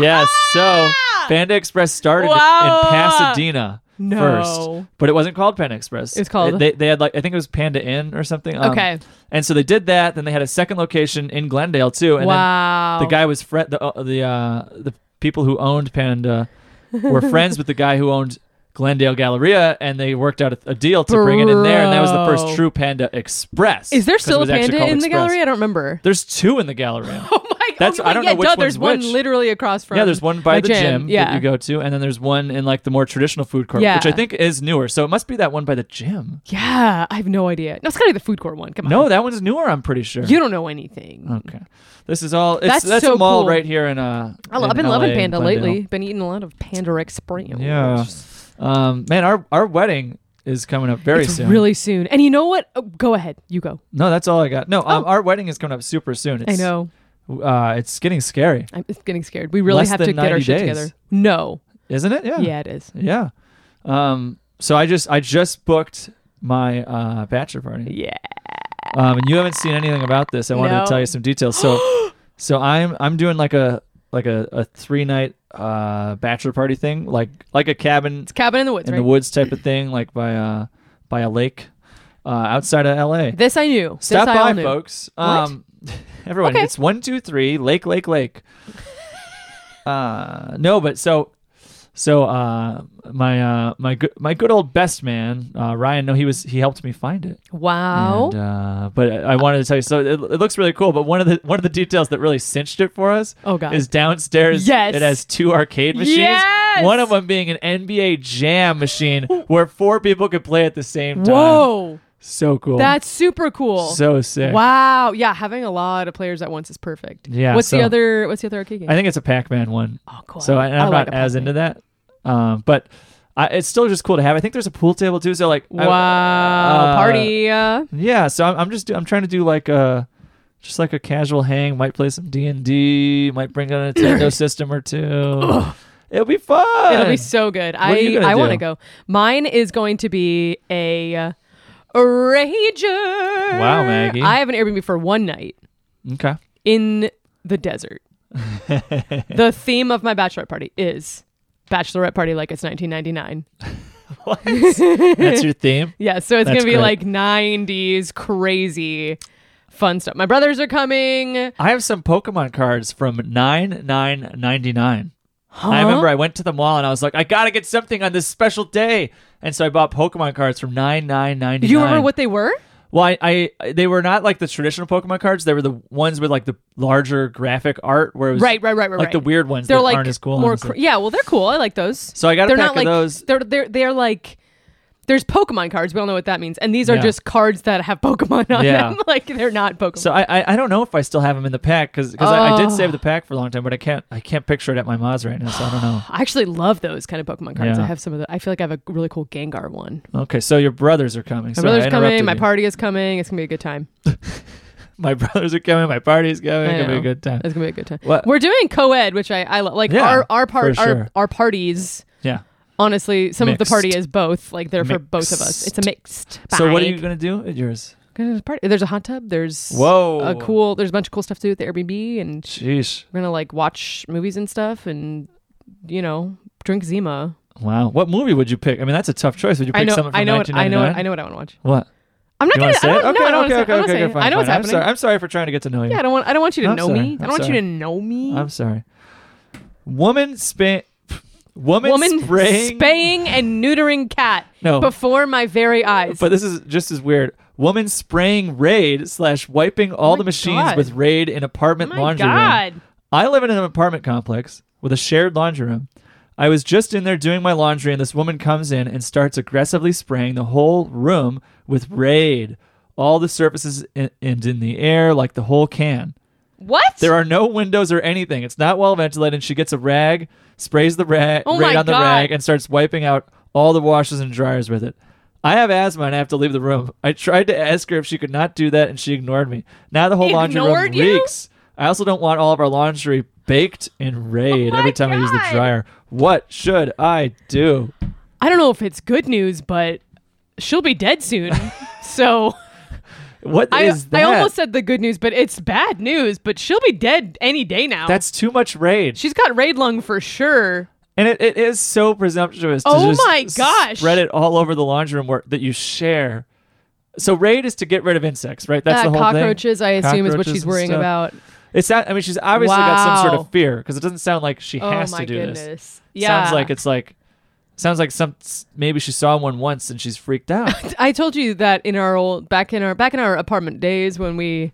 Speaker 1: yes. So Panda Express started
Speaker 3: Wow.
Speaker 1: in Pasadena
Speaker 3: No.
Speaker 1: first, but it wasn't called Panda Express. It
Speaker 3: was called-
Speaker 1: They, they had like I think it was Panda Inn or something. Um,
Speaker 3: Okay.
Speaker 1: And so they did that. Then they had a second location in Glendale too. And
Speaker 3: Wow.
Speaker 1: Then the guy was friend. The uh, the uh, the people who owned Panda
Speaker 3: [LAUGHS]
Speaker 1: were friends with the guy who owned. Glendale Galleria, and they worked out a, a deal to bring it in there, and that was the first
Speaker 3: Bro.
Speaker 1: true Panda Express.
Speaker 3: is there
Speaker 1: 'cause it
Speaker 3: still a
Speaker 1: was actually
Speaker 3: Panda
Speaker 1: called
Speaker 3: in the
Speaker 1: Express.
Speaker 3: gallery? I don't remember.
Speaker 1: There's two in the
Speaker 3: [LAUGHS]
Speaker 1: Galleria.
Speaker 3: Oh my god!
Speaker 1: That's- I don't
Speaker 3: yeah,
Speaker 1: know which
Speaker 3: duh, there's
Speaker 1: one's
Speaker 3: one
Speaker 1: which.
Speaker 3: literally across from.
Speaker 1: Yeah, there's one by
Speaker 3: my
Speaker 1: the gym,
Speaker 3: Yeah,
Speaker 1: that you go to, and then there's one in like the more traditional food court,
Speaker 3: Yeah.
Speaker 1: which I think is newer. So it must be that one by the gym.
Speaker 3: yeah. I have no idea. No, it's gotta be the food court one. Come on.
Speaker 1: No, that one's newer. I'm pretty sure.
Speaker 3: you don't know anything.
Speaker 1: okay? This is all. It's,
Speaker 3: That's
Speaker 1: that's
Speaker 3: so
Speaker 1: a mall
Speaker 3: cool.
Speaker 1: right here in uh.
Speaker 3: I love,
Speaker 1: in
Speaker 3: I've been
Speaker 1: LA,
Speaker 3: loving Panda
Speaker 1: Glendale.
Speaker 3: lately. Been eating a lot of Panda Express.
Speaker 1: Yeah. Um, man, our our wedding is coming up very
Speaker 3: It's
Speaker 1: soon.
Speaker 3: really soon. And you know what? Oh, go ahead. You go.
Speaker 1: no, that's all I got. No, um, our wedding is coming up super soon.
Speaker 3: Oh. I
Speaker 1: It's,
Speaker 3: know.
Speaker 1: Uh, it's getting scary,
Speaker 3: I'm it's getting scared. We really
Speaker 1: Less
Speaker 3: have to
Speaker 1: than
Speaker 3: get our
Speaker 1: 90
Speaker 3: shit
Speaker 1: days.
Speaker 3: together. No.
Speaker 1: isn't it?
Speaker 3: Yeah.
Speaker 1: Yeah.
Speaker 3: it is.
Speaker 1: Yeah. Um. So I just I just booked my uh bachelor party.
Speaker 3: Yeah.
Speaker 1: Um, and you haven't seen anything about this. I wanted
Speaker 3: No. [GASPS]
Speaker 1: to tell you some details. So, So I'm I'm doing like a like a, a three night uh bachelor party thing, like like a cabin
Speaker 3: Cabin in the Woods,
Speaker 1: in
Speaker 3: right?
Speaker 1: the woods type of thing, like by uh by a lake uh outside of LA.
Speaker 3: This I knew. This
Speaker 1: Stop
Speaker 3: I all
Speaker 1: by,
Speaker 3: knew.
Speaker 1: folks. Um [LAUGHS] everyone,
Speaker 3: Okay.
Speaker 1: it's one, two, three, lake, lake, lake.
Speaker 3: [LAUGHS]
Speaker 1: uh no, but so so uh my uh my good my good old best man, uh Ryan, no, he was he helped me find it.
Speaker 3: Wow.
Speaker 1: And, uh, but I I wanted to tell you. So it, it looks really cool. But one of the one of the details that really cinched it for us.
Speaker 3: Oh, God.
Speaker 1: Is downstairs.
Speaker 3: Yes.
Speaker 1: It has two arcade machines.
Speaker 3: Yes!
Speaker 1: One of them being an NBA Jam machine where four people could play at the same time.
Speaker 3: Whoa.
Speaker 1: So cool.
Speaker 3: That's super cool.
Speaker 1: so sick.
Speaker 3: Wow. Yeah, having a lot of players at once is perfect.
Speaker 1: Yeah,
Speaker 3: What's the
Speaker 1: so-
Speaker 3: other what's the other arcade game?
Speaker 1: I think it's a Pac-Man one.
Speaker 3: oh cool.
Speaker 1: So I, and
Speaker 3: I
Speaker 1: I'm not
Speaker 3: like a
Speaker 1: as
Speaker 3: Pac-Man.
Speaker 1: into that. Um, but I, it's still just cool to have. I think there's a pool table too. So like. I-
Speaker 3: Wow.
Speaker 1: uh,
Speaker 3: party. Uh,
Speaker 1: Yeah, so I'm, I'm just do, I'm trying to do like a just like a casual hang. Might play some D and D. Might bring on a
Speaker 3: [COUGHS]
Speaker 1: Nintendo system or two. It'll be fun.
Speaker 3: it'll be so good.
Speaker 1: are you
Speaker 3: I
Speaker 1: gonna
Speaker 3: I want to
Speaker 1: do?
Speaker 3: go. Mine is going to be a uh, rager.
Speaker 1: Wow, Maggie.
Speaker 3: I have an Airbnb for one night.
Speaker 1: okay.
Speaker 3: in
Speaker 1: [LAUGHS]
Speaker 3: the desert. the theme of my bachelorette party is bachelorette party like it's 1999.
Speaker 1: That's your theme.
Speaker 3: Yeah, so it's going
Speaker 1: That's
Speaker 3: to be
Speaker 1: great.
Speaker 3: like 90s crazy fun stuff. My brothers are coming.
Speaker 1: I have some Pokemon cards from nine nine ninety nine. I remember I went to the mall and I was like, I gotta get something on this special day, and so I bought Pokemon cards from nine nine ninety nine.
Speaker 3: You remember what they were?
Speaker 1: Well, I, I they were not like the traditional Pokemon cards. They were the ones with like the larger graphic art, where it was
Speaker 3: Right, right, right, right.
Speaker 1: like the
Speaker 3: right.
Speaker 1: weird ones
Speaker 3: They're
Speaker 1: that
Speaker 3: like
Speaker 1: aren't as cool.
Speaker 3: More
Speaker 1: honestly.
Speaker 3: cr- yeah, well they're cool. I like those.
Speaker 1: So I got a
Speaker 3: they're
Speaker 1: pack of
Speaker 3: not like
Speaker 1: those.
Speaker 3: they're they're they're like there's Pokemon cards. We all know what that means. And these are
Speaker 1: Yeah.
Speaker 3: just cards that have Pokemon on
Speaker 1: Yeah.
Speaker 3: them. [LAUGHS] Like they're not Pokemon.
Speaker 1: So I, I I don't know if I still have them in the pack because I, I did
Speaker 3: Ah.
Speaker 1: save the pack for a long time, but I can't I can't picture it at my Moz right now, so I don't know.
Speaker 3: I actually love those kind of Pokemon cards.
Speaker 1: Yeah.
Speaker 3: I have some of the. I feel like I have a really cool Gengar one.
Speaker 1: Okay, so your brothers are coming.
Speaker 3: My
Speaker 1: Sorry, I
Speaker 3: brother's coming.
Speaker 1: interrupted
Speaker 3: My
Speaker 1: you.
Speaker 3: party is coming. It's gonna be a good time.
Speaker 1: [LAUGHS] my brothers are coming. My party's coming. It's
Speaker 3: I
Speaker 1: gonna be a
Speaker 3: know.
Speaker 1: good time.
Speaker 3: It's gonna be a good time.
Speaker 1: What-
Speaker 3: We're doing co-ed, which I I love. Like
Speaker 1: Yeah,
Speaker 3: our our part
Speaker 1: for
Speaker 3: our
Speaker 1: sure.
Speaker 3: our parties.
Speaker 1: Yeah.
Speaker 3: Honestly, some of the party
Speaker 1: Mixed.
Speaker 3: is both. Like they're for both of us. It's a mixed. Bag.
Speaker 1: So what are you gonna do at yours?
Speaker 3: gonna party? There's a hot tub. There's
Speaker 1: Whoa.
Speaker 3: a cool. There's a bunch of cool stuff to do at the Airbnb, and
Speaker 1: Sheesh.
Speaker 3: we're gonna like watch movies and stuff, and you know drink Zima.
Speaker 1: Wow. What movie would you pick? I mean, that's a tough choice. Would you pick
Speaker 3: I know.
Speaker 1: something from
Speaker 3: I know. What, I know. What,
Speaker 1: 1999?
Speaker 3: I know what I want to watch.
Speaker 1: What?
Speaker 3: I'm not
Speaker 1: You
Speaker 3: gonna.
Speaker 1: want to say
Speaker 3: I
Speaker 1: it?
Speaker 3: don't,
Speaker 1: Okay.
Speaker 3: no, I don't
Speaker 1: okay.
Speaker 3: wanna say-
Speaker 1: Okay.
Speaker 3: I'm not
Speaker 1: okay.
Speaker 3: saying
Speaker 1: okay,
Speaker 3: it.
Speaker 1: fine,
Speaker 3: I know what's
Speaker 1: fine.
Speaker 3: happening.
Speaker 1: I'm sorry. I'm sorry for trying to get to know you.
Speaker 3: Yeah, I don't want. I don't want you to
Speaker 1: I'm
Speaker 3: know
Speaker 1: sorry.
Speaker 3: me. I
Speaker 1: I'm
Speaker 3: don't want you
Speaker 1: sorry.
Speaker 3: to know me.
Speaker 1: I'm sorry. Woman span. Woman,
Speaker 3: Woman
Speaker 1: spraying.
Speaker 3: spaying and neutering cat
Speaker 1: No.
Speaker 3: before my very eyes.
Speaker 1: But this is just as weird. Woman spraying Raid slash wiping all
Speaker 3: Oh my
Speaker 1: the machines
Speaker 3: God.
Speaker 1: with Raid in apartment
Speaker 3: my
Speaker 1: laundry room.
Speaker 3: God,
Speaker 1: I live in an apartment complex with a shared laundry room. I was just in there doing my laundry, and this woman comes in and starts aggressively spraying the whole room with Raid. All the surfaces in, and in the air, like the whole can.
Speaker 3: what?
Speaker 1: There are no windows or anything. It's not well ventilated. She gets a rag, sprays the rag
Speaker 3: Oh
Speaker 1: right
Speaker 3: my
Speaker 1: on the
Speaker 3: God.
Speaker 1: rag, and starts wiping out all the washers and dryers with it. I have asthma and I have to leave the room. I tried to ask her if she could not do that, and she ignored me. Now the whole laundry room
Speaker 3: Ignored you?
Speaker 1: reeks. I also don't want all of our laundry baked in raid
Speaker 3: Oh my
Speaker 1: every time I use the
Speaker 3: God.
Speaker 1: dryer. What should I do?
Speaker 3: I don't know if it's good news, but she'll be
Speaker 1: [LAUGHS]
Speaker 3: dead soon. so
Speaker 1: What is
Speaker 3: I,
Speaker 1: that?
Speaker 3: I almost said the good news, but it's bad news. But she'll be dead any day now.
Speaker 1: That's too much rage.
Speaker 3: she's got raid lung for sure.
Speaker 1: And it, it is so presumptuous.
Speaker 3: Oh
Speaker 1: to just
Speaker 3: my gosh.
Speaker 1: Spread it all over the laundry room where, that you share. So raid is to get rid of insects, right? That's the
Speaker 3: Uh,
Speaker 1: whole
Speaker 3: cockroaches,
Speaker 1: thing.
Speaker 3: I assume, is what
Speaker 1: Cockroaches
Speaker 3: she's
Speaker 1: and
Speaker 3: worrying
Speaker 1: stuff.
Speaker 3: about.
Speaker 1: It's not. I mean, she's obviously got some sort
Speaker 3: Wow.
Speaker 1: of fear because it doesn't sound like she has
Speaker 3: oh my
Speaker 1: to do
Speaker 3: goodness.
Speaker 1: this.
Speaker 3: Yeah,
Speaker 1: Sounds like it's like, sounds like some maybe she saw one once and she's freaked out.
Speaker 3: [LAUGHS] I told you that in our old back in our back in our apartment days
Speaker 1: [LAUGHS]
Speaker 3: when we.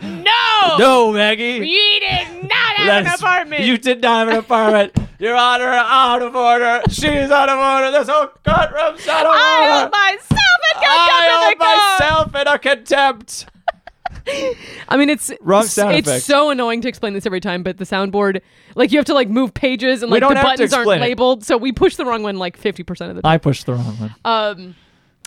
Speaker 3: no,
Speaker 1: no, Maggie.
Speaker 3: we did not have
Speaker 1: that
Speaker 3: an
Speaker 1: is-
Speaker 3: apartment.
Speaker 1: You did not have an apartment.
Speaker 3: [LAUGHS]
Speaker 1: Your Honor, out of order. She's out of order. This whole courtroom's out of
Speaker 3: I
Speaker 1: order.
Speaker 3: held myself and
Speaker 1: Ah. I
Speaker 3: got
Speaker 1: hold myself in a contempt.
Speaker 3: I mean, it's
Speaker 1: Wrong sound
Speaker 3: It's
Speaker 1: effect.
Speaker 3: so annoying to explain this every time, but the soundboard, like you have to like move pages and
Speaker 1: We
Speaker 3: like
Speaker 1: don't
Speaker 3: the
Speaker 1: have to
Speaker 3: buttons aren't
Speaker 1: explain it.
Speaker 3: labeled, so we push the wrong one like fifty percent of the time.
Speaker 1: I pushed the wrong one.
Speaker 3: Um,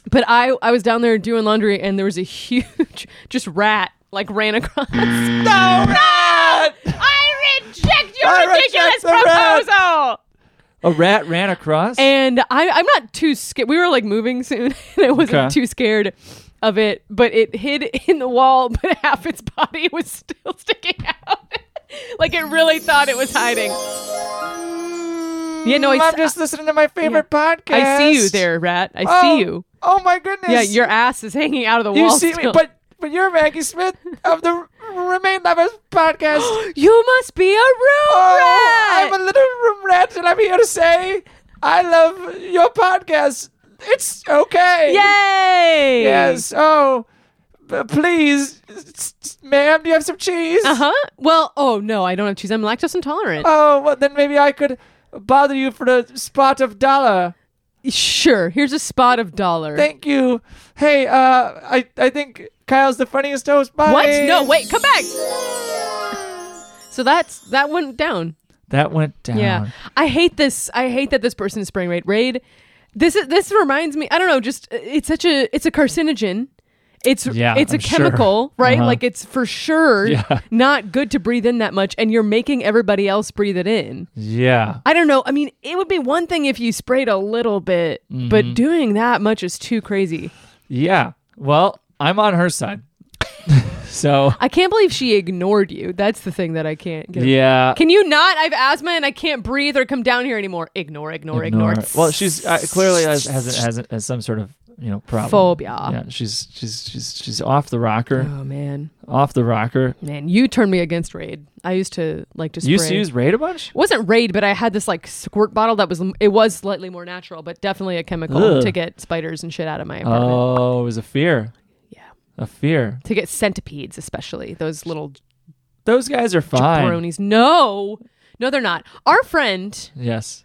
Speaker 3: but I I was down there doing laundry and there was a huge [LAUGHS] just rat like ran [LAUGHS] across. The rat! I reject your
Speaker 1: I reject
Speaker 3: ridiculous
Speaker 1: the rat!
Speaker 3: proposal.
Speaker 1: [LAUGHS] a rat ran across.
Speaker 3: And I I'm not too scared. We were like moving soon, [LAUGHS] and I wasn't
Speaker 1: Okay.
Speaker 3: too scared. of it, but it hid [LAUGHS] in the wall, but [LAUGHS] half its body was still [LAUGHS] sticking out. [LAUGHS] like it really thought it was hiding. Yeah, no, I,
Speaker 1: Mm, I'm just listening to my favorite podcast.
Speaker 3: I see you there, rat. I
Speaker 1: Oh,
Speaker 3: see you.
Speaker 1: Oh my goodness.
Speaker 3: Yeah, your ass is hanging out of the
Speaker 1: You
Speaker 3: wall.
Speaker 1: see me,
Speaker 3: still.
Speaker 1: but but you're Maggie Smith of the Remain Lovers
Speaker 3: [GASPS]
Speaker 1: podcast.
Speaker 3: [GASPS] you must be a room
Speaker 1: oh,
Speaker 3: rat.
Speaker 1: I'm a little room rat, and I'm here to say I love your podcast. It's okay.
Speaker 3: Yay!
Speaker 1: Yes. Oh, b- please, s- s- ma'am, do you have some cheese?
Speaker 3: Uh huh. Well, oh no, I don't have cheese. I'm lactose intolerant.
Speaker 1: Oh, well, then maybe I could bother you for the spot of dollar.
Speaker 3: sure. Here's a spot of dollar.
Speaker 1: Thank you. Hey, uh, I I think Kyle's the funniest host. Bye.
Speaker 3: what? No, wait. Come back. So that's that went down.
Speaker 1: That went down.
Speaker 3: Yeah. I hate this. I hate that this person is spraying raid. Raid. This is this reminds me. I don't know. Just it's such a it's a carcinogen. It's
Speaker 1: Yeah,
Speaker 3: it's a
Speaker 1: I'm sure.
Speaker 3: chemical,
Speaker 1: [LAUGHS]
Speaker 3: right?
Speaker 1: Uh-huh.
Speaker 3: Like it's for sure not good to breathe in that much, and you're making everybody else breathe it in.
Speaker 1: Yeah.
Speaker 3: I don't know. I mean, it would be one thing if you sprayed a little bit,
Speaker 1: Mm-hmm.
Speaker 3: but doing that much is too crazy.
Speaker 1: Yeah. Well, I'm on her side. [LAUGHS] so
Speaker 3: I can't believe she ignored you. That's the thing that I can't get.
Speaker 1: yeah.
Speaker 3: Can you not? I have asthma and I can't breathe or come down here anymore. Ignore, ignore, ignore.
Speaker 1: Ignore- Well, she's uh, clearly has has, has has some sort of you know problem.
Speaker 3: Phobia.
Speaker 1: Yeah. She's she's she's she's off the rocker.
Speaker 3: Oh man, Oh,
Speaker 1: Off the rocker.
Speaker 3: man, you turned me against Raid. I used to like to spray.
Speaker 1: You used to use Raid a bunch.
Speaker 3: It wasn't Raid, but I had this like squirt bottle that was it was slightly more natural, but definitely a chemical
Speaker 1: Ugh.
Speaker 3: to get spiders and shit out of my apartment.
Speaker 1: Oh, it was a fear.
Speaker 3: Yeah.
Speaker 1: A fear.
Speaker 3: To get centipedes, especially those little
Speaker 1: Those guys are fine.
Speaker 3: bronies. No, no, they're not. Our friend,
Speaker 1: Yes.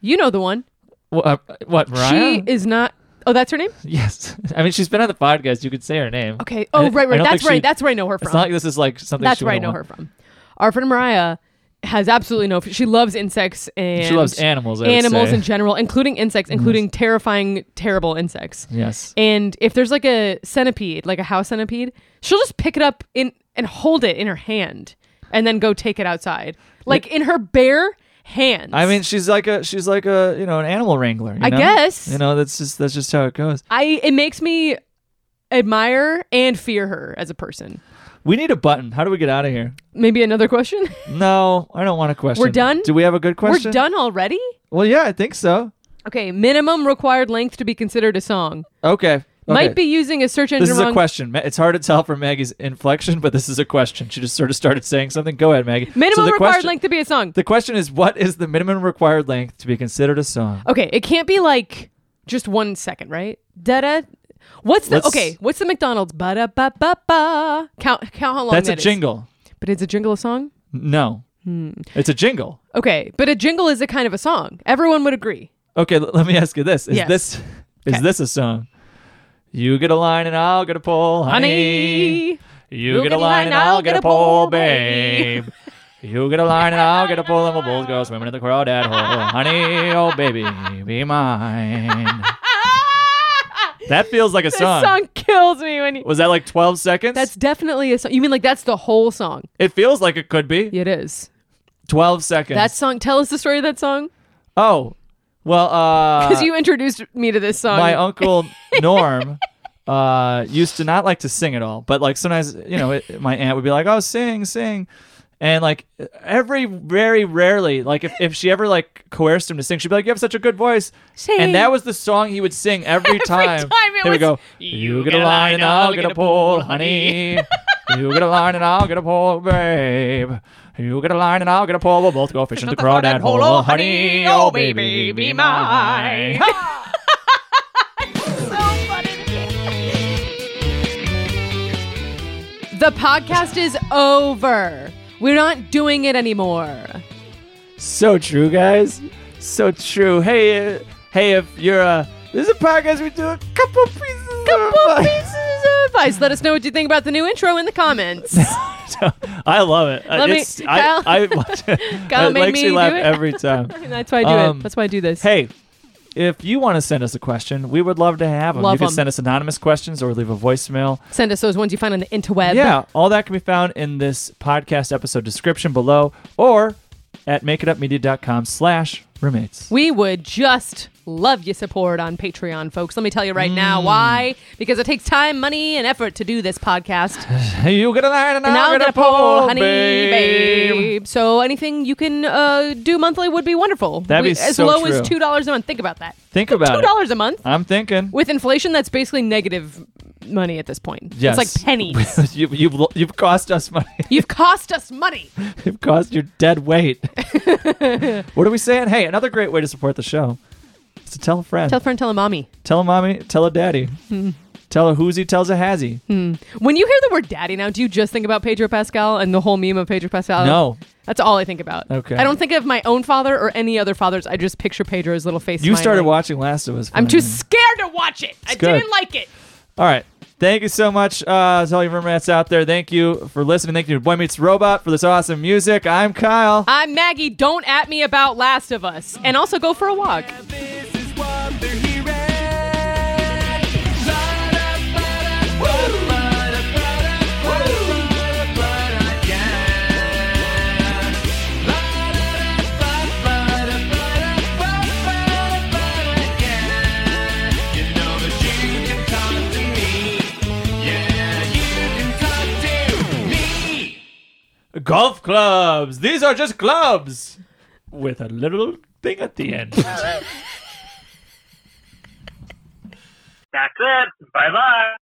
Speaker 3: you know the one.
Speaker 1: What? Uh, what? Mariah? [LAUGHS]
Speaker 3: She is not. Oh, that's her name.
Speaker 1: yes. I mean, she's been on the podcast. You could say her name.
Speaker 3: Okay. Oh,
Speaker 1: I-
Speaker 3: right,
Speaker 1: I
Speaker 3: right.
Speaker 1: don't
Speaker 3: That's
Speaker 1: think
Speaker 3: right.
Speaker 1: she-
Speaker 3: That's where I know her
Speaker 1: It's
Speaker 3: from.
Speaker 1: not like this is like something.
Speaker 3: That's
Speaker 1: she
Speaker 3: where I
Speaker 1: would've
Speaker 3: know
Speaker 1: won-
Speaker 3: her from. Our friend Mariah has absolutely no. She loves insects and
Speaker 1: She loves animals. I would
Speaker 3: animals
Speaker 1: say. Mm-hmm.
Speaker 3: in general, including insects, including terrifying, terrible insects.
Speaker 1: Yes.
Speaker 3: And if there's like a centipede, like a house centipede, she'll just pick it up in and hold it in her hand, and then go take it outside, like in her bare hands.
Speaker 1: I mean, she's like a she's like a you know an animal wrangler. you
Speaker 3: I
Speaker 1: know?
Speaker 3: guess.
Speaker 1: you know that's just that's just how it goes.
Speaker 3: I it makes me admire and fear her as a person.
Speaker 1: We need a button. How do we get out of here?
Speaker 3: Maybe another question. [LAUGHS]
Speaker 1: No, I don't want a question.
Speaker 3: We're done?
Speaker 1: Do we have a good question?
Speaker 3: We're done already.
Speaker 1: Well, yeah, I think so.
Speaker 3: Okay, minimum required length to be considered a song.
Speaker 1: Okay. okay.
Speaker 3: Might be using a search engine
Speaker 1: This is
Speaker 3: wrong.
Speaker 1: a question. Ma- It's hard to tell from Maggie's inflection, but this is a question. She just sort of started saying something. Go ahead, Maggie. So
Speaker 3: Minimum
Speaker 1: the
Speaker 3: required
Speaker 1: question-
Speaker 3: length to be a song.
Speaker 1: The question is, what is the minimum required length to be considered a song?
Speaker 3: okay, it can't be like just one second, right? Da da. What's the
Speaker 1: Let's-
Speaker 3: okay? What's the McDonald's? Ba da ba ba ba. Count count how long
Speaker 1: That's
Speaker 3: that
Speaker 1: a
Speaker 3: is.
Speaker 1: jingle.
Speaker 3: But is a jingle a song?
Speaker 1: No,
Speaker 3: Hmm.
Speaker 1: it's a jingle.
Speaker 3: Okay, but a jingle is a kind of a song. Everyone would agree.
Speaker 1: Okay, l- let me ask you this: Is
Speaker 3: Yes.
Speaker 1: this is
Speaker 3: Okay.
Speaker 1: this a song? You get a line and I'll get a pole, honey.
Speaker 3: Honey.
Speaker 1: You get a line and I'll get a pole, babe. You get a line and I'll get a pole, and we'll both go swimming in the crawdad hole, [LAUGHS] honey. Oh baby, be mine. That feels like a
Speaker 3: This
Speaker 1: song.
Speaker 3: song kills me when you.
Speaker 1: Was that like 12 seconds?
Speaker 3: That's definitely a song. You mean like that's the whole song?
Speaker 1: it feels like it could be
Speaker 3: It is.
Speaker 1: 12 seconds.
Speaker 3: That song. Tell us the story of that song.
Speaker 1: oh well. [LAUGHS] Uh,
Speaker 3: Because you introduced me to this song.
Speaker 1: my uncle Norm [LAUGHS] uh, used to not like to sing at all, but like sometimes you know it, my aunt would be like, "Oh, sing, sing," and like every very rarely, like if, if she ever like coerced him to sing, she'd be like, "You have such a good voice,"
Speaker 3: Sing.
Speaker 1: and that was the song he would sing [LAUGHS] every,
Speaker 3: time it
Speaker 1: Here we
Speaker 3: was,
Speaker 1: go. You get a line and I'll get a pole, honey. [LAUGHS] You get a line and I'll get a pole, babe. You get a line and I'll get a pole. We'll both go fishing the crawdad hole, oh, honey. Oh, baby, be mine.
Speaker 3: The podcast is over. We're not doing it anymore.
Speaker 1: So true, guys. So true. Hey, uh, hey, if you're uh, this is a podcast we do a couple pieces. [LAUGHS] Couple
Speaker 3: Pieces of advice. Let us know what you think about the new intro in
Speaker 1: [LAUGHS]
Speaker 3: the comments.
Speaker 1: I love it. Uh,
Speaker 3: Let me-
Speaker 1: it's, I,
Speaker 3: Kyle- [LAUGHS]
Speaker 1: I watch it.
Speaker 3: Kyle
Speaker 1: it
Speaker 3: made
Speaker 1: makes
Speaker 3: me
Speaker 1: me laugh
Speaker 3: do it.
Speaker 1: every
Speaker 3: [LAUGHS]
Speaker 1: time.
Speaker 3: That's why I do
Speaker 1: Um,
Speaker 3: it. That's why I do this.
Speaker 1: hey, if you want to send us a question, we would love to have them.
Speaker 3: Love
Speaker 1: you can
Speaker 3: 'em.
Speaker 1: send us anonymous questions or leave a voicemail.
Speaker 3: Send us those ones you find on the interweb.
Speaker 1: Yeah, all that can be found in this podcast episode description below or at makeitupmedia.com slash roommates.
Speaker 3: We would just love your support on Patreon, folks. Let me tell you right now
Speaker 1: Mm.
Speaker 3: why. Because it takes time, money, and effort to do this podcast.
Speaker 1: [LAUGHS] Hey, [LAUGHS] you get a line and,
Speaker 3: and
Speaker 1: I'll
Speaker 3: now
Speaker 1: get
Speaker 3: gonna
Speaker 1: a pole,
Speaker 3: honey,
Speaker 1: babe.
Speaker 3: babe. So anything you can uh, do monthly would be wonderful.
Speaker 1: That'd be
Speaker 3: We- as
Speaker 1: so
Speaker 3: low
Speaker 1: true.
Speaker 3: as two dollars a month. Think about that.
Speaker 1: Think about
Speaker 3: Two
Speaker 1: it.
Speaker 3: dollars a month
Speaker 1: I'm thinking.
Speaker 3: with inflation. That's basically negative money at this point.
Speaker 1: Yes.
Speaker 3: It's like
Speaker 1: [LAUGHS]
Speaker 3: pennies.
Speaker 1: [LAUGHS] you, you've lo- you've cost us money. [LAUGHS]
Speaker 3: You've cost us money.
Speaker 1: You've cost your dead weight.
Speaker 3: [LAUGHS]
Speaker 1: what are we saying? Hey, another great way to support the show is to tell a friend.
Speaker 3: Tell a friend, tell a mommy.
Speaker 1: Tell a mommy, tell a
Speaker 3: [LAUGHS]
Speaker 1: daddy. Tell a whoozy, tells a hazy.
Speaker 3: When you hear the word daddy now, do you just think about Pedro Pascal and the whole meme of Pedro Pascal?
Speaker 1: No.
Speaker 3: That's all I think about.
Speaker 1: Okay.
Speaker 3: I don't think of my own father or any other fathers. I just picture Pedro's little face.
Speaker 1: You started
Speaker 3: smiling.
Speaker 1: watching Last of Us.
Speaker 3: I'm too
Speaker 1: finally.
Speaker 3: scared to watch it. I
Speaker 1: good.
Speaker 3: didn't like it.
Speaker 1: All right. Thank you so much uh, to all you roommates out there. Thank you for listening. Thank you to Boy Meets Robot for this awesome music. I'm Kyle.
Speaker 3: I'm Maggie. Don't at me about Last of Us. And also go for a walk.
Speaker 2: This is what they're hearing. Ba-da-ba-da, woo, ba-da-ba-da, woo, ba-da-ba-da, yeah. Ba-da-da-ba, ba-da-ba-da, ba-da-ba-da, yeah. You know that you can talk to me. Yeah, you can talk to me.
Speaker 1: Golf clubs. These are just clubs with a little thing at the
Speaker 3: [LAUGHS]
Speaker 1: end.
Speaker 6: That's it. Bye bye.